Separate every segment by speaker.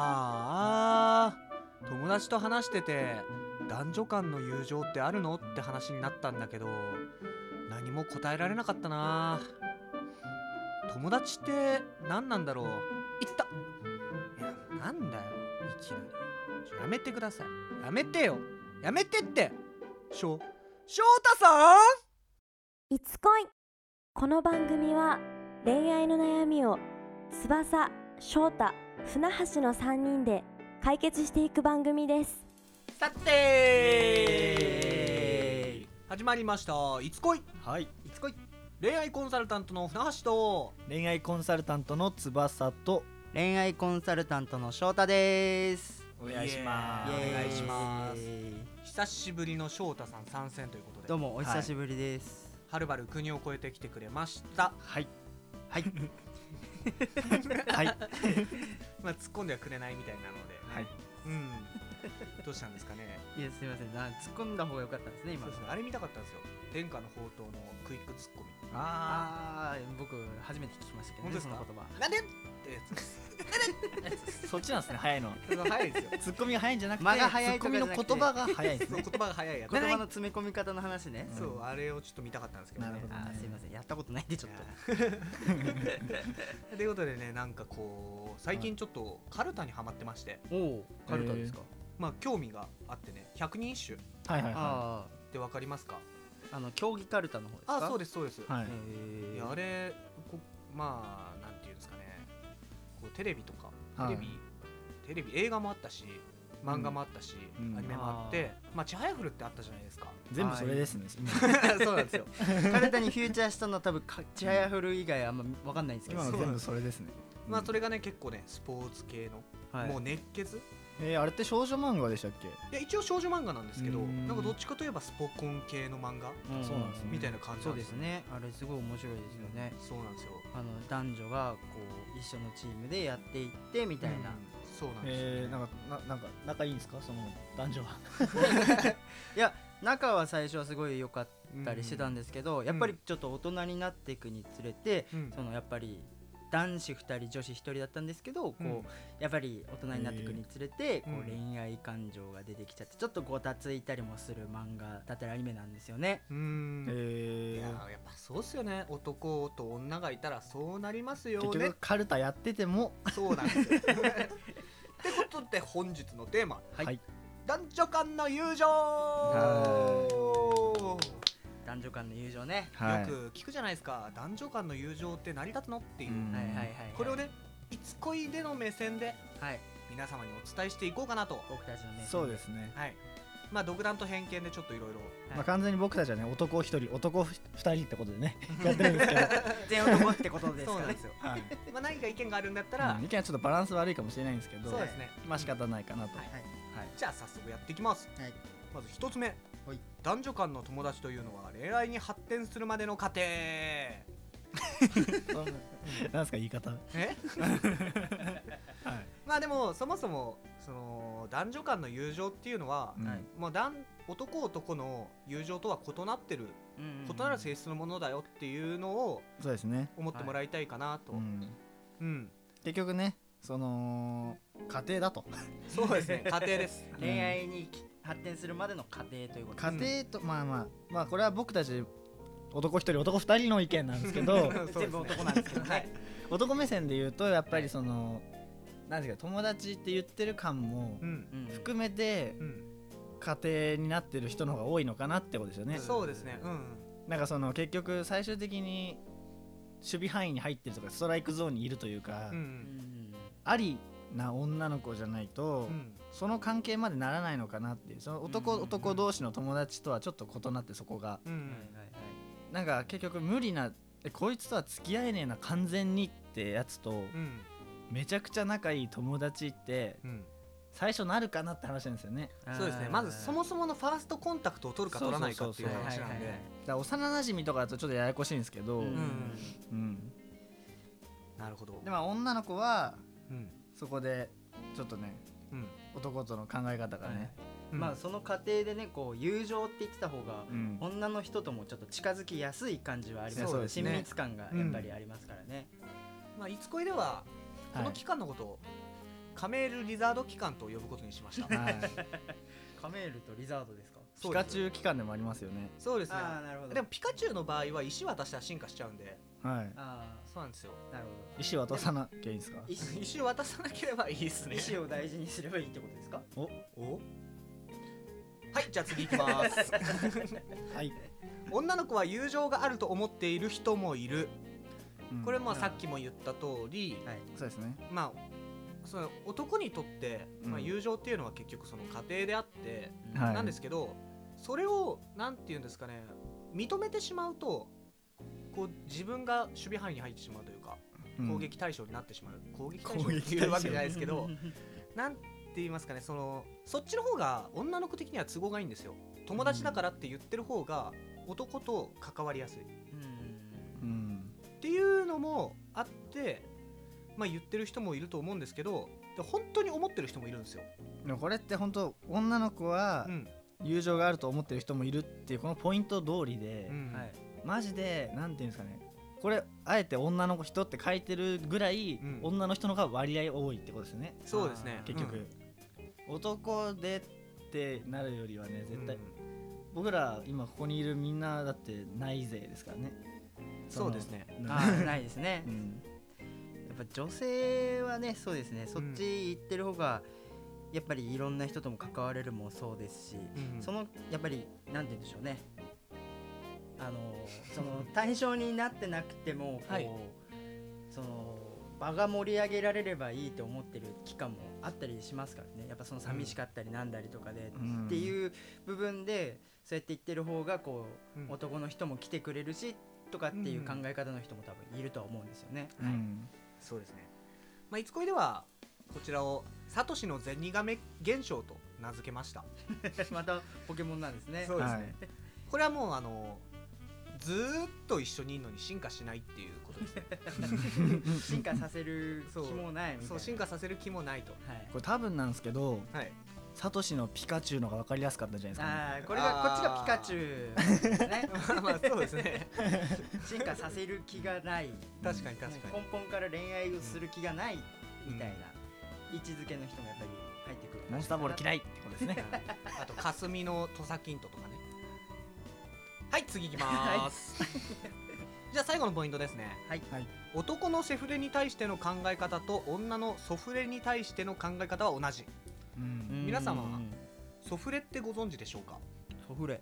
Speaker 1: あーあー友達と話してて男女間の友情ってあるのって話になったんだけど何も答えられなかったな友達って何なんだろう言ったいやなんだよいきなりちょやめてくださいやめてよやめてってしょ翔太さん
Speaker 2: いつ恋この番組は恋愛の悩みを翼翔太船橋の3人で解決していく番組です
Speaker 1: さて始まりました「いつ恋」
Speaker 3: はい
Speaker 1: いつ恋恋愛コンサルタントの船橋と
Speaker 3: 恋愛コンサルタントの翼と
Speaker 4: 恋愛コンサルタントの翔太です
Speaker 3: お
Speaker 1: 願いします
Speaker 4: イエーイ
Speaker 1: お願いします
Speaker 4: イエーイ
Speaker 1: 久しぶりの翔太さん参戦ということ
Speaker 4: ど
Speaker 1: で
Speaker 4: うもお久しぶりです、
Speaker 1: はるばる国を越えてきてくれました、
Speaker 3: はい
Speaker 4: はい
Speaker 3: はい
Speaker 1: まあ、突っ込んではくれないみたいなので、
Speaker 3: はい
Speaker 1: うんどうしたんですかね
Speaker 4: い、やすいませんな突っ込んだ方が良かったですね今
Speaker 1: そうですねあれ見たかったんですよ天下の宝刀のクイックツッコミ
Speaker 4: あー僕初めて聞きましたけど
Speaker 1: 本当
Speaker 4: ね
Speaker 1: です
Speaker 4: そ
Speaker 1: か
Speaker 4: の言葉
Speaker 1: なんでってやつです
Speaker 3: そっちなんですね早いの
Speaker 1: それは早いですよ
Speaker 3: ツッコミが早いんじゃなくて
Speaker 4: 間が早い
Speaker 3: ツッ
Speaker 4: と
Speaker 3: コ
Speaker 4: か
Speaker 3: ミ
Speaker 4: じゃ
Speaker 3: の
Speaker 4: なくて
Speaker 3: 言葉が早いです
Speaker 1: そう
Speaker 3: ね
Speaker 1: 言葉が早いやつ
Speaker 4: 言葉の詰め込み方の話ね、
Speaker 1: そううあれをちょっと見たかったんですけどね
Speaker 3: なるほど
Speaker 4: あーすいませんやったことないんでちょっと
Speaker 1: ということでねなんかこう最近ちょっとカルタにはまってまして
Speaker 4: おおカルタですか、
Speaker 1: まあ興味があってね百人一首っ
Speaker 3: はいはいは
Speaker 4: あ
Speaker 1: てわかりますか
Speaker 4: ああの競技カルタの方ですか
Speaker 1: あそうで
Speaker 4: で
Speaker 1: すそうです、
Speaker 3: いはい
Speaker 1: い
Speaker 4: え
Speaker 1: や
Speaker 4: ー、
Speaker 1: あれこまあなんていうんですかねこうテレビとか
Speaker 3: は
Speaker 1: テ
Speaker 3: い
Speaker 1: レビ、テレビ映画もあったし漫画もあったし、
Speaker 3: うん
Speaker 1: アニメもあってまあ「ちはやふる」ってあったじゃないですか
Speaker 3: 全部それですね
Speaker 1: そうなんですよ
Speaker 4: カルタにフューチャーしたのは多分かちはやふる以外あんま分かんないんですけど
Speaker 3: 今の全部それですね
Speaker 1: まあそれがね結構ねスポーツ系の、
Speaker 4: はい
Speaker 1: もう熱血い
Speaker 3: えーあれって少女漫画でしたっけ
Speaker 1: や一応少女漫画なんですけど
Speaker 3: うん
Speaker 1: なんかどっちかといえばスポコン系の漫画
Speaker 4: うん
Speaker 3: そうなんですね
Speaker 1: みたいな感じ
Speaker 4: そ
Speaker 1: な
Speaker 4: うんで
Speaker 1: です
Speaker 4: す
Speaker 1: よ、
Speaker 4: ねあれすごい面白いですよね、
Speaker 1: そうなんですよ
Speaker 4: あの男女がこう一緒のチームでやっていってみたいな、
Speaker 1: うん
Speaker 4: い
Speaker 1: そうなんですよ、
Speaker 3: えーなんかななんか仲いいんですかその男女は
Speaker 4: や仲は最初はすごい良かったりしてたんですけど、やっぱ
Speaker 1: う
Speaker 4: りちょっと大人になっていくにつれて、
Speaker 1: うん
Speaker 4: そのやっぱり男子2人女子1人だったんですけどこう、
Speaker 1: うん
Speaker 4: やっぱり大人になっていくにつれて、こ
Speaker 1: う
Speaker 4: うん恋愛感情が出てきちゃってちょっとごたついたりもする漫画だったりアニメなんですよね。
Speaker 1: うーんい
Speaker 3: え
Speaker 1: やーやっぱそうっすよね男と女がいたらそうなります
Speaker 3: ー
Speaker 1: よ
Speaker 3: 結
Speaker 1: ね
Speaker 3: 局カルタやってても
Speaker 1: そうなんで すよってことで本日のテーマ
Speaker 4: はい
Speaker 3: はい
Speaker 1: 男女間の友情
Speaker 4: は男女間の友情ね、
Speaker 3: はい
Speaker 1: よく聞くじゃないですか男女間の友情って成り立つのっていう、
Speaker 3: うん
Speaker 4: はいはいはい、はい、
Speaker 1: これをねいつ恋での目線で
Speaker 4: はい
Speaker 1: 皆様にお伝えしていこうかなと
Speaker 4: 僕たちのね
Speaker 3: そうですね
Speaker 1: はいまあ独断と偏見でちょっといろいろ
Speaker 3: まあ完全に僕たちはね男一人男二人ってことでねやってるんですけど
Speaker 4: 全男ってことです
Speaker 1: そう
Speaker 4: か
Speaker 1: なん
Speaker 4: ね
Speaker 1: ですよ
Speaker 3: はい
Speaker 1: まあ何か意見があるんだったら、
Speaker 3: うん意見はちょっとバランス悪いかもしれないんですけど
Speaker 1: そうですね
Speaker 3: まあ仕方ないかなと
Speaker 1: はい
Speaker 4: はい
Speaker 1: じゃあ早速やっていきます、
Speaker 4: はい
Speaker 1: まず一つ目、
Speaker 4: はい
Speaker 1: 男女間の友達というのは恋愛に発展するまでの過程え
Speaker 3: なんですか言い方
Speaker 1: まあでもそもそもその男女間の友情っていうのは、
Speaker 3: うん
Speaker 4: はい
Speaker 1: まあ、男男男の友情とは異なってる、
Speaker 4: うんうん
Speaker 1: 異なる性質のものだよっていうのを
Speaker 3: そうですね
Speaker 1: 思ってもらいたいかなと、
Speaker 3: うん
Speaker 1: うん
Speaker 3: 結局ねその家庭だと
Speaker 1: そうですね家庭です
Speaker 4: 恋愛にき発展するまでの過程ということ
Speaker 3: 家庭と、まあまあまあこれは僕たち男一人男二人の意見なんですけど
Speaker 1: そうですね
Speaker 4: 全部男なんですけど ね
Speaker 1: はい
Speaker 3: 男目線で言うとやっぱりそのなんですか友達って言ってる感も
Speaker 1: うん
Speaker 4: うん
Speaker 3: 含めて
Speaker 1: うん、
Speaker 3: 家庭になってる人の方が多いのかなってことですよね
Speaker 1: そうですねうん
Speaker 3: なんかその結局最終的に守備範囲に入ってるとかストライクゾーンにいるというか、
Speaker 1: う
Speaker 4: うんん
Speaker 3: ありな女の子じゃないと、
Speaker 1: うんうん
Speaker 3: その関係までならないのかなっていうその男、
Speaker 4: うんうんうん
Speaker 3: 男同士の友達とはちょっと異なってそこが
Speaker 1: う
Speaker 4: うん
Speaker 1: ん
Speaker 4: はいはいはい
Speaker 3: なんか結局無理なえこいつとは付き合えねえな完全にってやつと、
Speaker 1: うん
Speaker 3: めちゃくちゃ仲いい友達って
Speaker 1: うん
Speaker 3: 最初なるかなって話なんですよね
Speaker 1: そうですね
Speaker 4: あー
Speaker 1: まずそもそものファーストコンタクトを取るか取らないかっていう
Speaker 3: そう
Speaker 1: 話なんで
Speaker 3: だから幼馴染とかだとちょっとややこしいんですけど、
Speaker 4: う
Speaker 3: うん
Speaker 4: ん
Speaker 1: なるほど
Speaker 3: でまあ女の子は
Speaker 1: うん
Speaker 3: そこでちょっとね
Speaker 1: うん
Speaker 3: 男との考え方がね、
Speaker 1: うん
Speaker 4: まあその過程でねこう友情って言ってた方が
Speaker 3: うん
Speaker 4: 女の人ともちょっと近づきやすい感じはあります
Speaker 3: そう
Speaker 4: よ
Speaker 3: で
Speaker 4: ね
Speaker 3: す
Speaker 4: 親
Speaker 3: ね
Speaker 4: 密感がやっぱりありますからね
Speaker 1: まあいつ恋ではこ
Speaker 3: は
Speaker 1: の
Speaker 3: い
Speaker 1: 期間のことをカメールリザード機関と呼ぶことにしました
Speaker 3: はい
Speaker 4: カメールとリザードですか
Speaker 1: そ
Speaker 3: ピ
Speaker 1: うで
Speaker 3: カ
Speaker 1: す
Speaker 3: チュウ期間でもありますよね
Speaker 1: そうですね
Speaker 4: ああなるほど
Speaker 1: でもピカチュウの場合は石渡したら進化しちゃうんで
Speaker 3: はい
Speaker 4: あ
Speaker 1: そうなんですよ
Speaker 4: あなるほ
Speaker 3: 石渡さなきゃいいんですか
Speaker 4: ど 石
Speaker 1: 石渡さなければいいですね
Speaker 4: 石を大事にすればいいってことですか
Speaker 1: おはいじゃあ次いきます
Speaker 3: はい、
Speaker 1: 女の子は友情があると思っている人もいる
Speaker 3: うん
Speaker 1: これまあ
Speaker 4: うん
Speaker 1: さっきも言った通り、
Speaker 4: はい
Speaker 3: そうですね
Speaker 1: まあその男にとって、
Speaker 3: うん
Speaker 1: まあ、友情っていうのは結局その家庭であって、
Speaker 3: はい
Speaker 1: なんですけどそれをなんて言うんですかね認めてしまうとこう自分が守備範囲に入ってしまうというか
Speaker 3: うん
Speaker 1: 攻撃対象になってしまう、攻撃対
Speaker 3: 攻
Speaker 1: 象
Speaker 3: 撃
Speaker 1: って
Speaker 3: 対象
Speaker 1: いうわけじゃないですけどなんて言いますかねそのそっちの方が女の子的には都合がいいんですよ友達だからって言ってる方が男と関わりやすい
Speaker 4: うん
Speaker 3: うん
Speaker 1: っていうのもあって、まあ、言ってる人もいると思うんですけどで本当に思ってる人もいるんですよ、
Speaker 3: でもこれって本当女の子は
Speaker 1: うん
Speaker 3: 友情があると思ってる人もいるっていうこのポイント通りで、
Speaker 1: うん
Speaker 4: はい
Speaker 3: マジでなんていうんですかねこれあえて女の人って書いてるぐらい、
Speaker 1: うん
Speaker 3: 女の人の方が割合多いってことですよね
Speaker 1: そうですね
Speaker 4: あー
Speaker 3: 結
Speaker 1: うん
Speaker 3: 局、男でってなるよりはね絶対、
Speaker 1: うん
Speaker 3: 僕ら今ここにいるみんなだってない勢ですからねの
Speaker 1: そうですね
Speaker 3: うん
Speaker 4: ああないですね
Speaker 3: うん
Speaker 4: やっぱ女性はねそうですねそっち行ってる方がやっぱりいろんな人とも関われるもそうですし、
Speaker 1: うん
Speaker 4: そのやっぱりなんて言うんでしょうねあのその対象になってなくてもこう、
Speaker 1: はい
Speaker 4: その場が盛り上げられればいいと思ってる期間もあったりしますからねやっぱその寂しかったりなんだりとかで、
Speaker 3: うん
Speaker 4: っていう部分でそうやって言ってる方がこう、
Speaker 1: うん
Speaker 4: 男の人も来てくれるしとかっていう考え方の人も多分いるとは思うんですよね。
Speaker 3: う
Speaker 4: はい
Speaker 3: ん
Speaker 1: そうですね、まあ、いつ恋ではこちらをサトシのゼニガメ現象と名付けました
Speaker 4: またポケモンなんですね。
Speaker 1: そうです
Speaker 3: はい
Speaker 1: ね、これはもうあのずーっと一緒にいるのに進化しないっていうことですね
Speaker 4: 進化させる気
Speaker 1: そう
Speaker 4: もないみたいな。
Speaker 1: そう進化させる気もないと
Speaker 4: はい
Speaker 3: こ。れ多分なんですけど
Speaker 1: はい
Speaker 3: サトシのピカチュウの方が分かりやすかったじゃないですか、ね、
Speaker 4: ああ、これがこっちがピカチュウで すね。
Speaker 1: まあまあそうですね
Speaker 4: 進化させる気がない。
Speaker 1: 確かに確かに
Speaker 4: 根本から恋愛をする気がないみたいな位置づけの人もやっぱり入ってくる。
Speaker 3: モンスターボール嫌いってことです ね
Speaker 1: あと霞の土佐金ととかねはい次いきますじゃあ最後のポイントですね
Speaker 4: はい
Speaker 3: はい
Speaker 1: 男のセフレに対しての考え方と女のソフレに対しての考え方は同じ
Speaker 3: うん
Speaker 1: 皆様はソフレってご存知でしょうか
Speaker 4: ソフレ。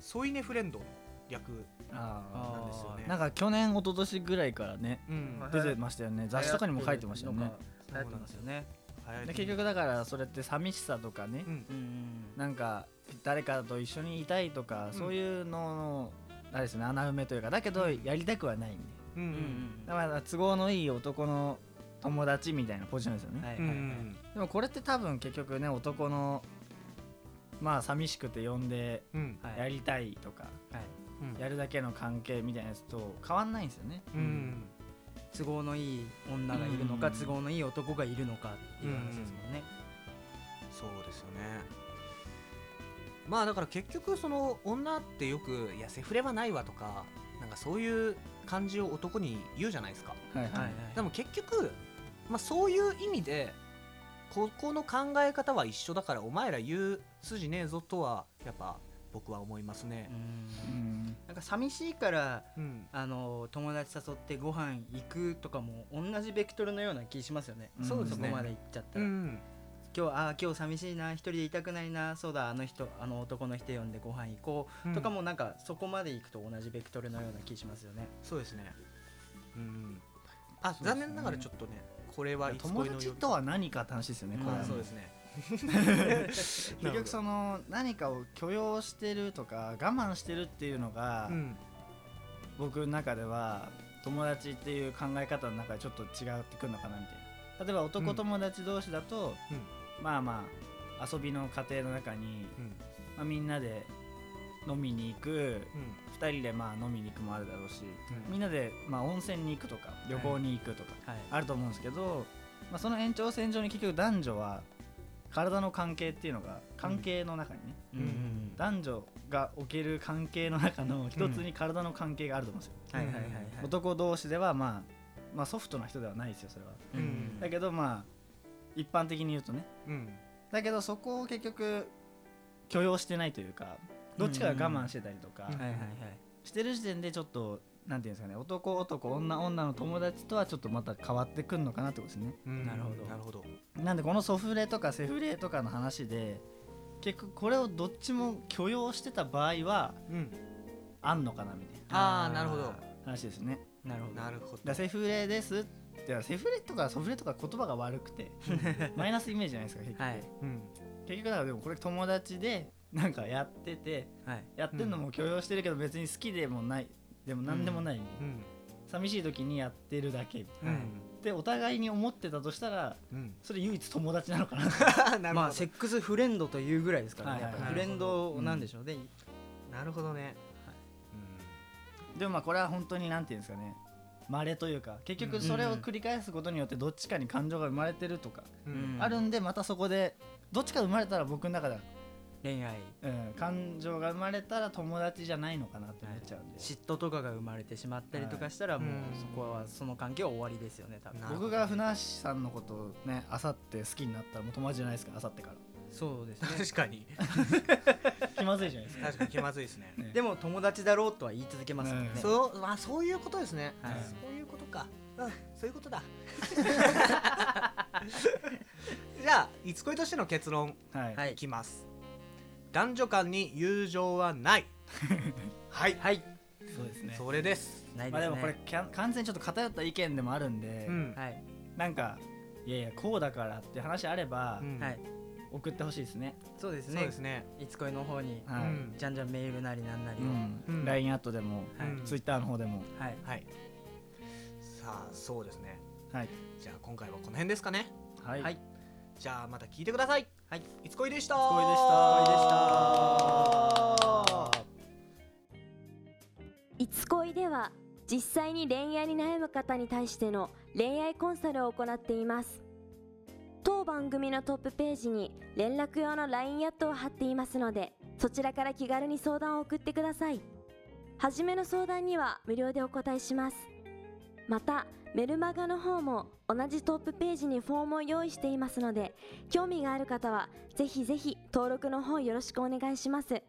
Speaker 1: ソイネフレンドの略
Speaker 3: あ
Speaker 1: なんですよね
Speaker 3: ーなんか去年一昨年ぐらいからね
Speaker 1: うん
Speaker 4: はい
Speaker 3: 出てましたよね雑誌とかにも書いてましたよね。
Speaker 4: 流行ってますよね。
Speaker 1: 早い
Speaker 3: で結局だからそれって寂しさとかね、
Speaker 1: うん
Speaker 4: うん。
Speaker 3: なんか誰かと一緒にいたいとか、
Speaker 1: ん
Speaker 3: そういうののあれですね穴埋めというかだけどやりたくはないんで
Speaker 1: うんう
Speaker 4: うんん。
Speaker 3: だから都合のいい男の友達みたいなポジションですよね、
Speaker 4: はいはい
Speaker 1: うんう
Speaker 4: はい。
Speaker 1: ん
Speaker 3: でもこれって多分結局ね男のまあ寂しくて呼んで
Speaker 1: うん
Speaker 4: はい
Speaker 3: やりたいとか、
Speaker 4: はい
Speaker 1: うん
Speaker 3: やるだけの関係みたいなやつと変わんないんですよね
Speaker 1: うん
Speaker 4: 都合のいい女がいるの
Speaker 3: う
Speaker 4: か
Speaker 3: ん
Speaker 4: 都合のいい男がいるのかっていう話ですもんね。
Speaker 1: そうですよねまあだから結局その女ってよく「いやセフレはないわ」とかなんかそういう感じを男に言うじゃないですか
Speaker 3: はいはい、
Speaker 1: でも結局、まあ、そういう意味でここの考え方は一緒だからお前ら言う筋ねえぞとはやっぱ僕は思いますね
Speaker 4: う、
Speaker 3: うんん
Speaker 4: なんか寂しいから
Speaker 1: うん、
Speaker 4: あの友達誘ってご飯行くとかも同じベクトルのような気しますよね。
Speaker 3: うんそうですね
Speaker 4: そこまで行っちゃった
Speaker 1: う
Speaker 4: ら、
Speaker 1: ん
Speaker 4: 今日ああ今日寂しいな一人でいたくないなそうだあの人あの男の人呼んでご飯行こうとかもなんかそこまで行くと同じベクトルのような気しますよね。
Speaker 1: そうですねうんあ、
Speaker 3: そうですね
Speaker 1: 残念ながらちょっとねこれはいつ
Speaker 3: 友
Speaker 1: 恋の
Speaker 3: 達
Speaker 1: 夜
Speaker 3: とは何かって話ですよね、これは
Speaker 1: あ
Speaker 3: も
Speaker 1: そうです ね
Speaker 3: 結局その何かを許容してるとか我慢してるっていうのが、
Speaker 1: うん
Speaker 3: 僕の中では友達っていう考え方の中でちょっと違ってくるのかなみたいな例えば男友達同士だと、まあまあ遊びの過程の中に、
Speaker 1: うん
Speaker 3: まあ、みんなで飲みに行く
Speaker 1: うん
Speaker 3: 2人でまあ飲みに行くもあるだろうし、
Speaker 1: うん
Speaker 3: みんなでまあ温泉に行くとか旅行に行くとか
Speaker 4: はい。
Speaker 3: あると思うんですけど、まあ、その延長線上に結局男女は体の関係っていうのが関係の中にね、
Speaker 4: うんうんうん
Speaker 3: 男女がおける関係の中の一つに体の関係があると思うんですよ、
Speaker 4: はいはいはいはい。
Speaker 3: 男同士では、まあ、まあソフトな人ではないですよそれは
Speaker 1: うん
Speaker 3: だけどまあ一般的に言うとね
Speaker 1: うん
Speaker 3: だけどそこを結局許容してないというかどっちかが我慢してたりとか
Speaker 1: うん
Speaker 4: はいはいはい
Speaker 3: してる時点でちょっとなんていうんですかね男男女女の友達とはちょっとまた変わってくんのかなってことですね
Speaker 1: うん
Speaker 4: なるほど
Speaker 1: なるほど
Speaker 3: なんでこのソフレとかセフレとかの話で結局これをどっちも許容してた場合は
Speaker 1: うん
Speaker 3: あんのかなみたい
Speaker 1: ああなるほど
Speaker 3: な話ですね
Speaker 4: なるほど
Speaker 1: なるほ
Speaker 3: だから
Speaker 1: ど
Speaker 3: セフレですだからセフレとかソフレとか言葉が悪く てマイナスイメージじゃないですか結局,、
Speaker 4: はい
Speaker 1: うん
Speaker 3: 結局だからでもこれ友達でなんかやってて
Speaker 4: はい
Speaker 3: やってんのも許容してるけど別に好きでもないでも何でもない、
Speaker 1: うん
Speaker 3: 寂しい時にやってるだけ
Speaker 1: う
Speaker 4: はい
Speaker 1: ん
Speaker 3: でお互いに思ってたとしたら
Speaker 1: うん
Speaker 3: それ唯一友達なのか な
Speaker 1: なる
Speaker 4: ま
Speaker 1: ほ
Speaker 4: あセ
Speaker 1: ど
Speaker 4: ックスフレンドというぐらいですから
Speaker 3: は
Speaker 4: ね
Speaker 3: いは
Speaker 4: や
Speaker 3: い
Speaker 4: っ
Speaker 3: はい
Speaker 4: ぱフレンドなんでしょうね
Speaker 1: なるほどね
Speaker 4: はい
Speaker 3: でもまあこれは本当になんていうんですかねまれというか結局それを繰り返すことによってどっちかに感情が生まれてるとか、
Speaker 1: うんう
Speaker 4: うん
Speaker 1: ん
Speaker 3: あるんでまたそこでどっちか生まれたら僕の中では、
Speaker 4: 恋愛
Speaker 3: うん、感情が生まれたら友達じゃないのかなって思っちゃうんで、
Speaker 4: 嫉妬とかが生まれてしまったりとかしたら
Speaker 1: はい
Speaker 4: もう
Speaker 1: うん
Speaker 4: そこはその関係は終わりですよね多分
Speaker 1: なるほど
Speaker 3: 僕が船橋さんのことをねあさって好きになったらもう友達じゃないですからあさってから
Speaker 4: そうですね
Speaker 1: 確かに
Speaker 3: 気まずいじゃないですか、
Speaker 1: 確かに気まずいですね
Speaker 3: ね
Speaker 4: でも友達だろうとは言い続けますもんね
Speaker 3: うん
Speaker 1: そうまあそういうことですね
Speaker 4: はい
Speaker 1: そういうことかうんそういうことだじゃあいつ恋としての結論
Speaker 3: はい、
Speaker 4: はい
Speaker 1: いきます男女間に友情はないはい
Speaker 4: はい
Speaker 3: そうですね
Speaker 1: それです
Speaker 4: ない
Speaker 3: ま
Speaker 4: で
Speaker 3: あ
Speaker 4: す
Speaker 3: で
Speaker 4: ね
Speaker 3: もこれきゃ完全にちょっと偏った意見でもあるんで、
Speaker 1: うん
Speaker 4: はい
Speaker 3: なんかいやいやこうだからって話あれば、
Speaker 1: うん
Speaker 4: はい
Speaker 3: 送ってほしいですね、
Speaker 4: そうです
Speaker 1: そう
Speaker 4: ね
Speaker 1: ですね
Speaker 4: いつ恋の方に
Speaker 1: う
Speaker 3: はい、
Speaker 1: ん
Speaker 4: じゃんじゃんメールなりなんなりを
Speaker 1: う
Speaker 3: うんん、LINE アットでも、
Speaker 4: はい
Speaker 1: うん
Speaker 3: ツイッターの方でも、
Speaker 4: はい
Speaker 1: はいさあそうですね
Speaker 3: はい、
Speaker 1: じゃあ今回はこの辺ですかね
Speaker 3: はい
Speaker 4: はい
Speaker 1: じゃあまた聞いてください
Speaker 4: はい
Speaker 1: いつ恋でしたい
Speaker 3: つ恋でした
Speaker 1: でした
Speaker 2: いつ恋では実際に恋愛に悩む方に対しての恋愛コンサルを行っています当番組のトップページに連絡用の LINE アットを貼っていますのでそちらから気軽に相談を送ってください初めの相談には無料でお答えしますまたメルマガの方も同じトップページにフォームを用意していますので興味がある方はぜひぜひ登録の方よろしくお願いします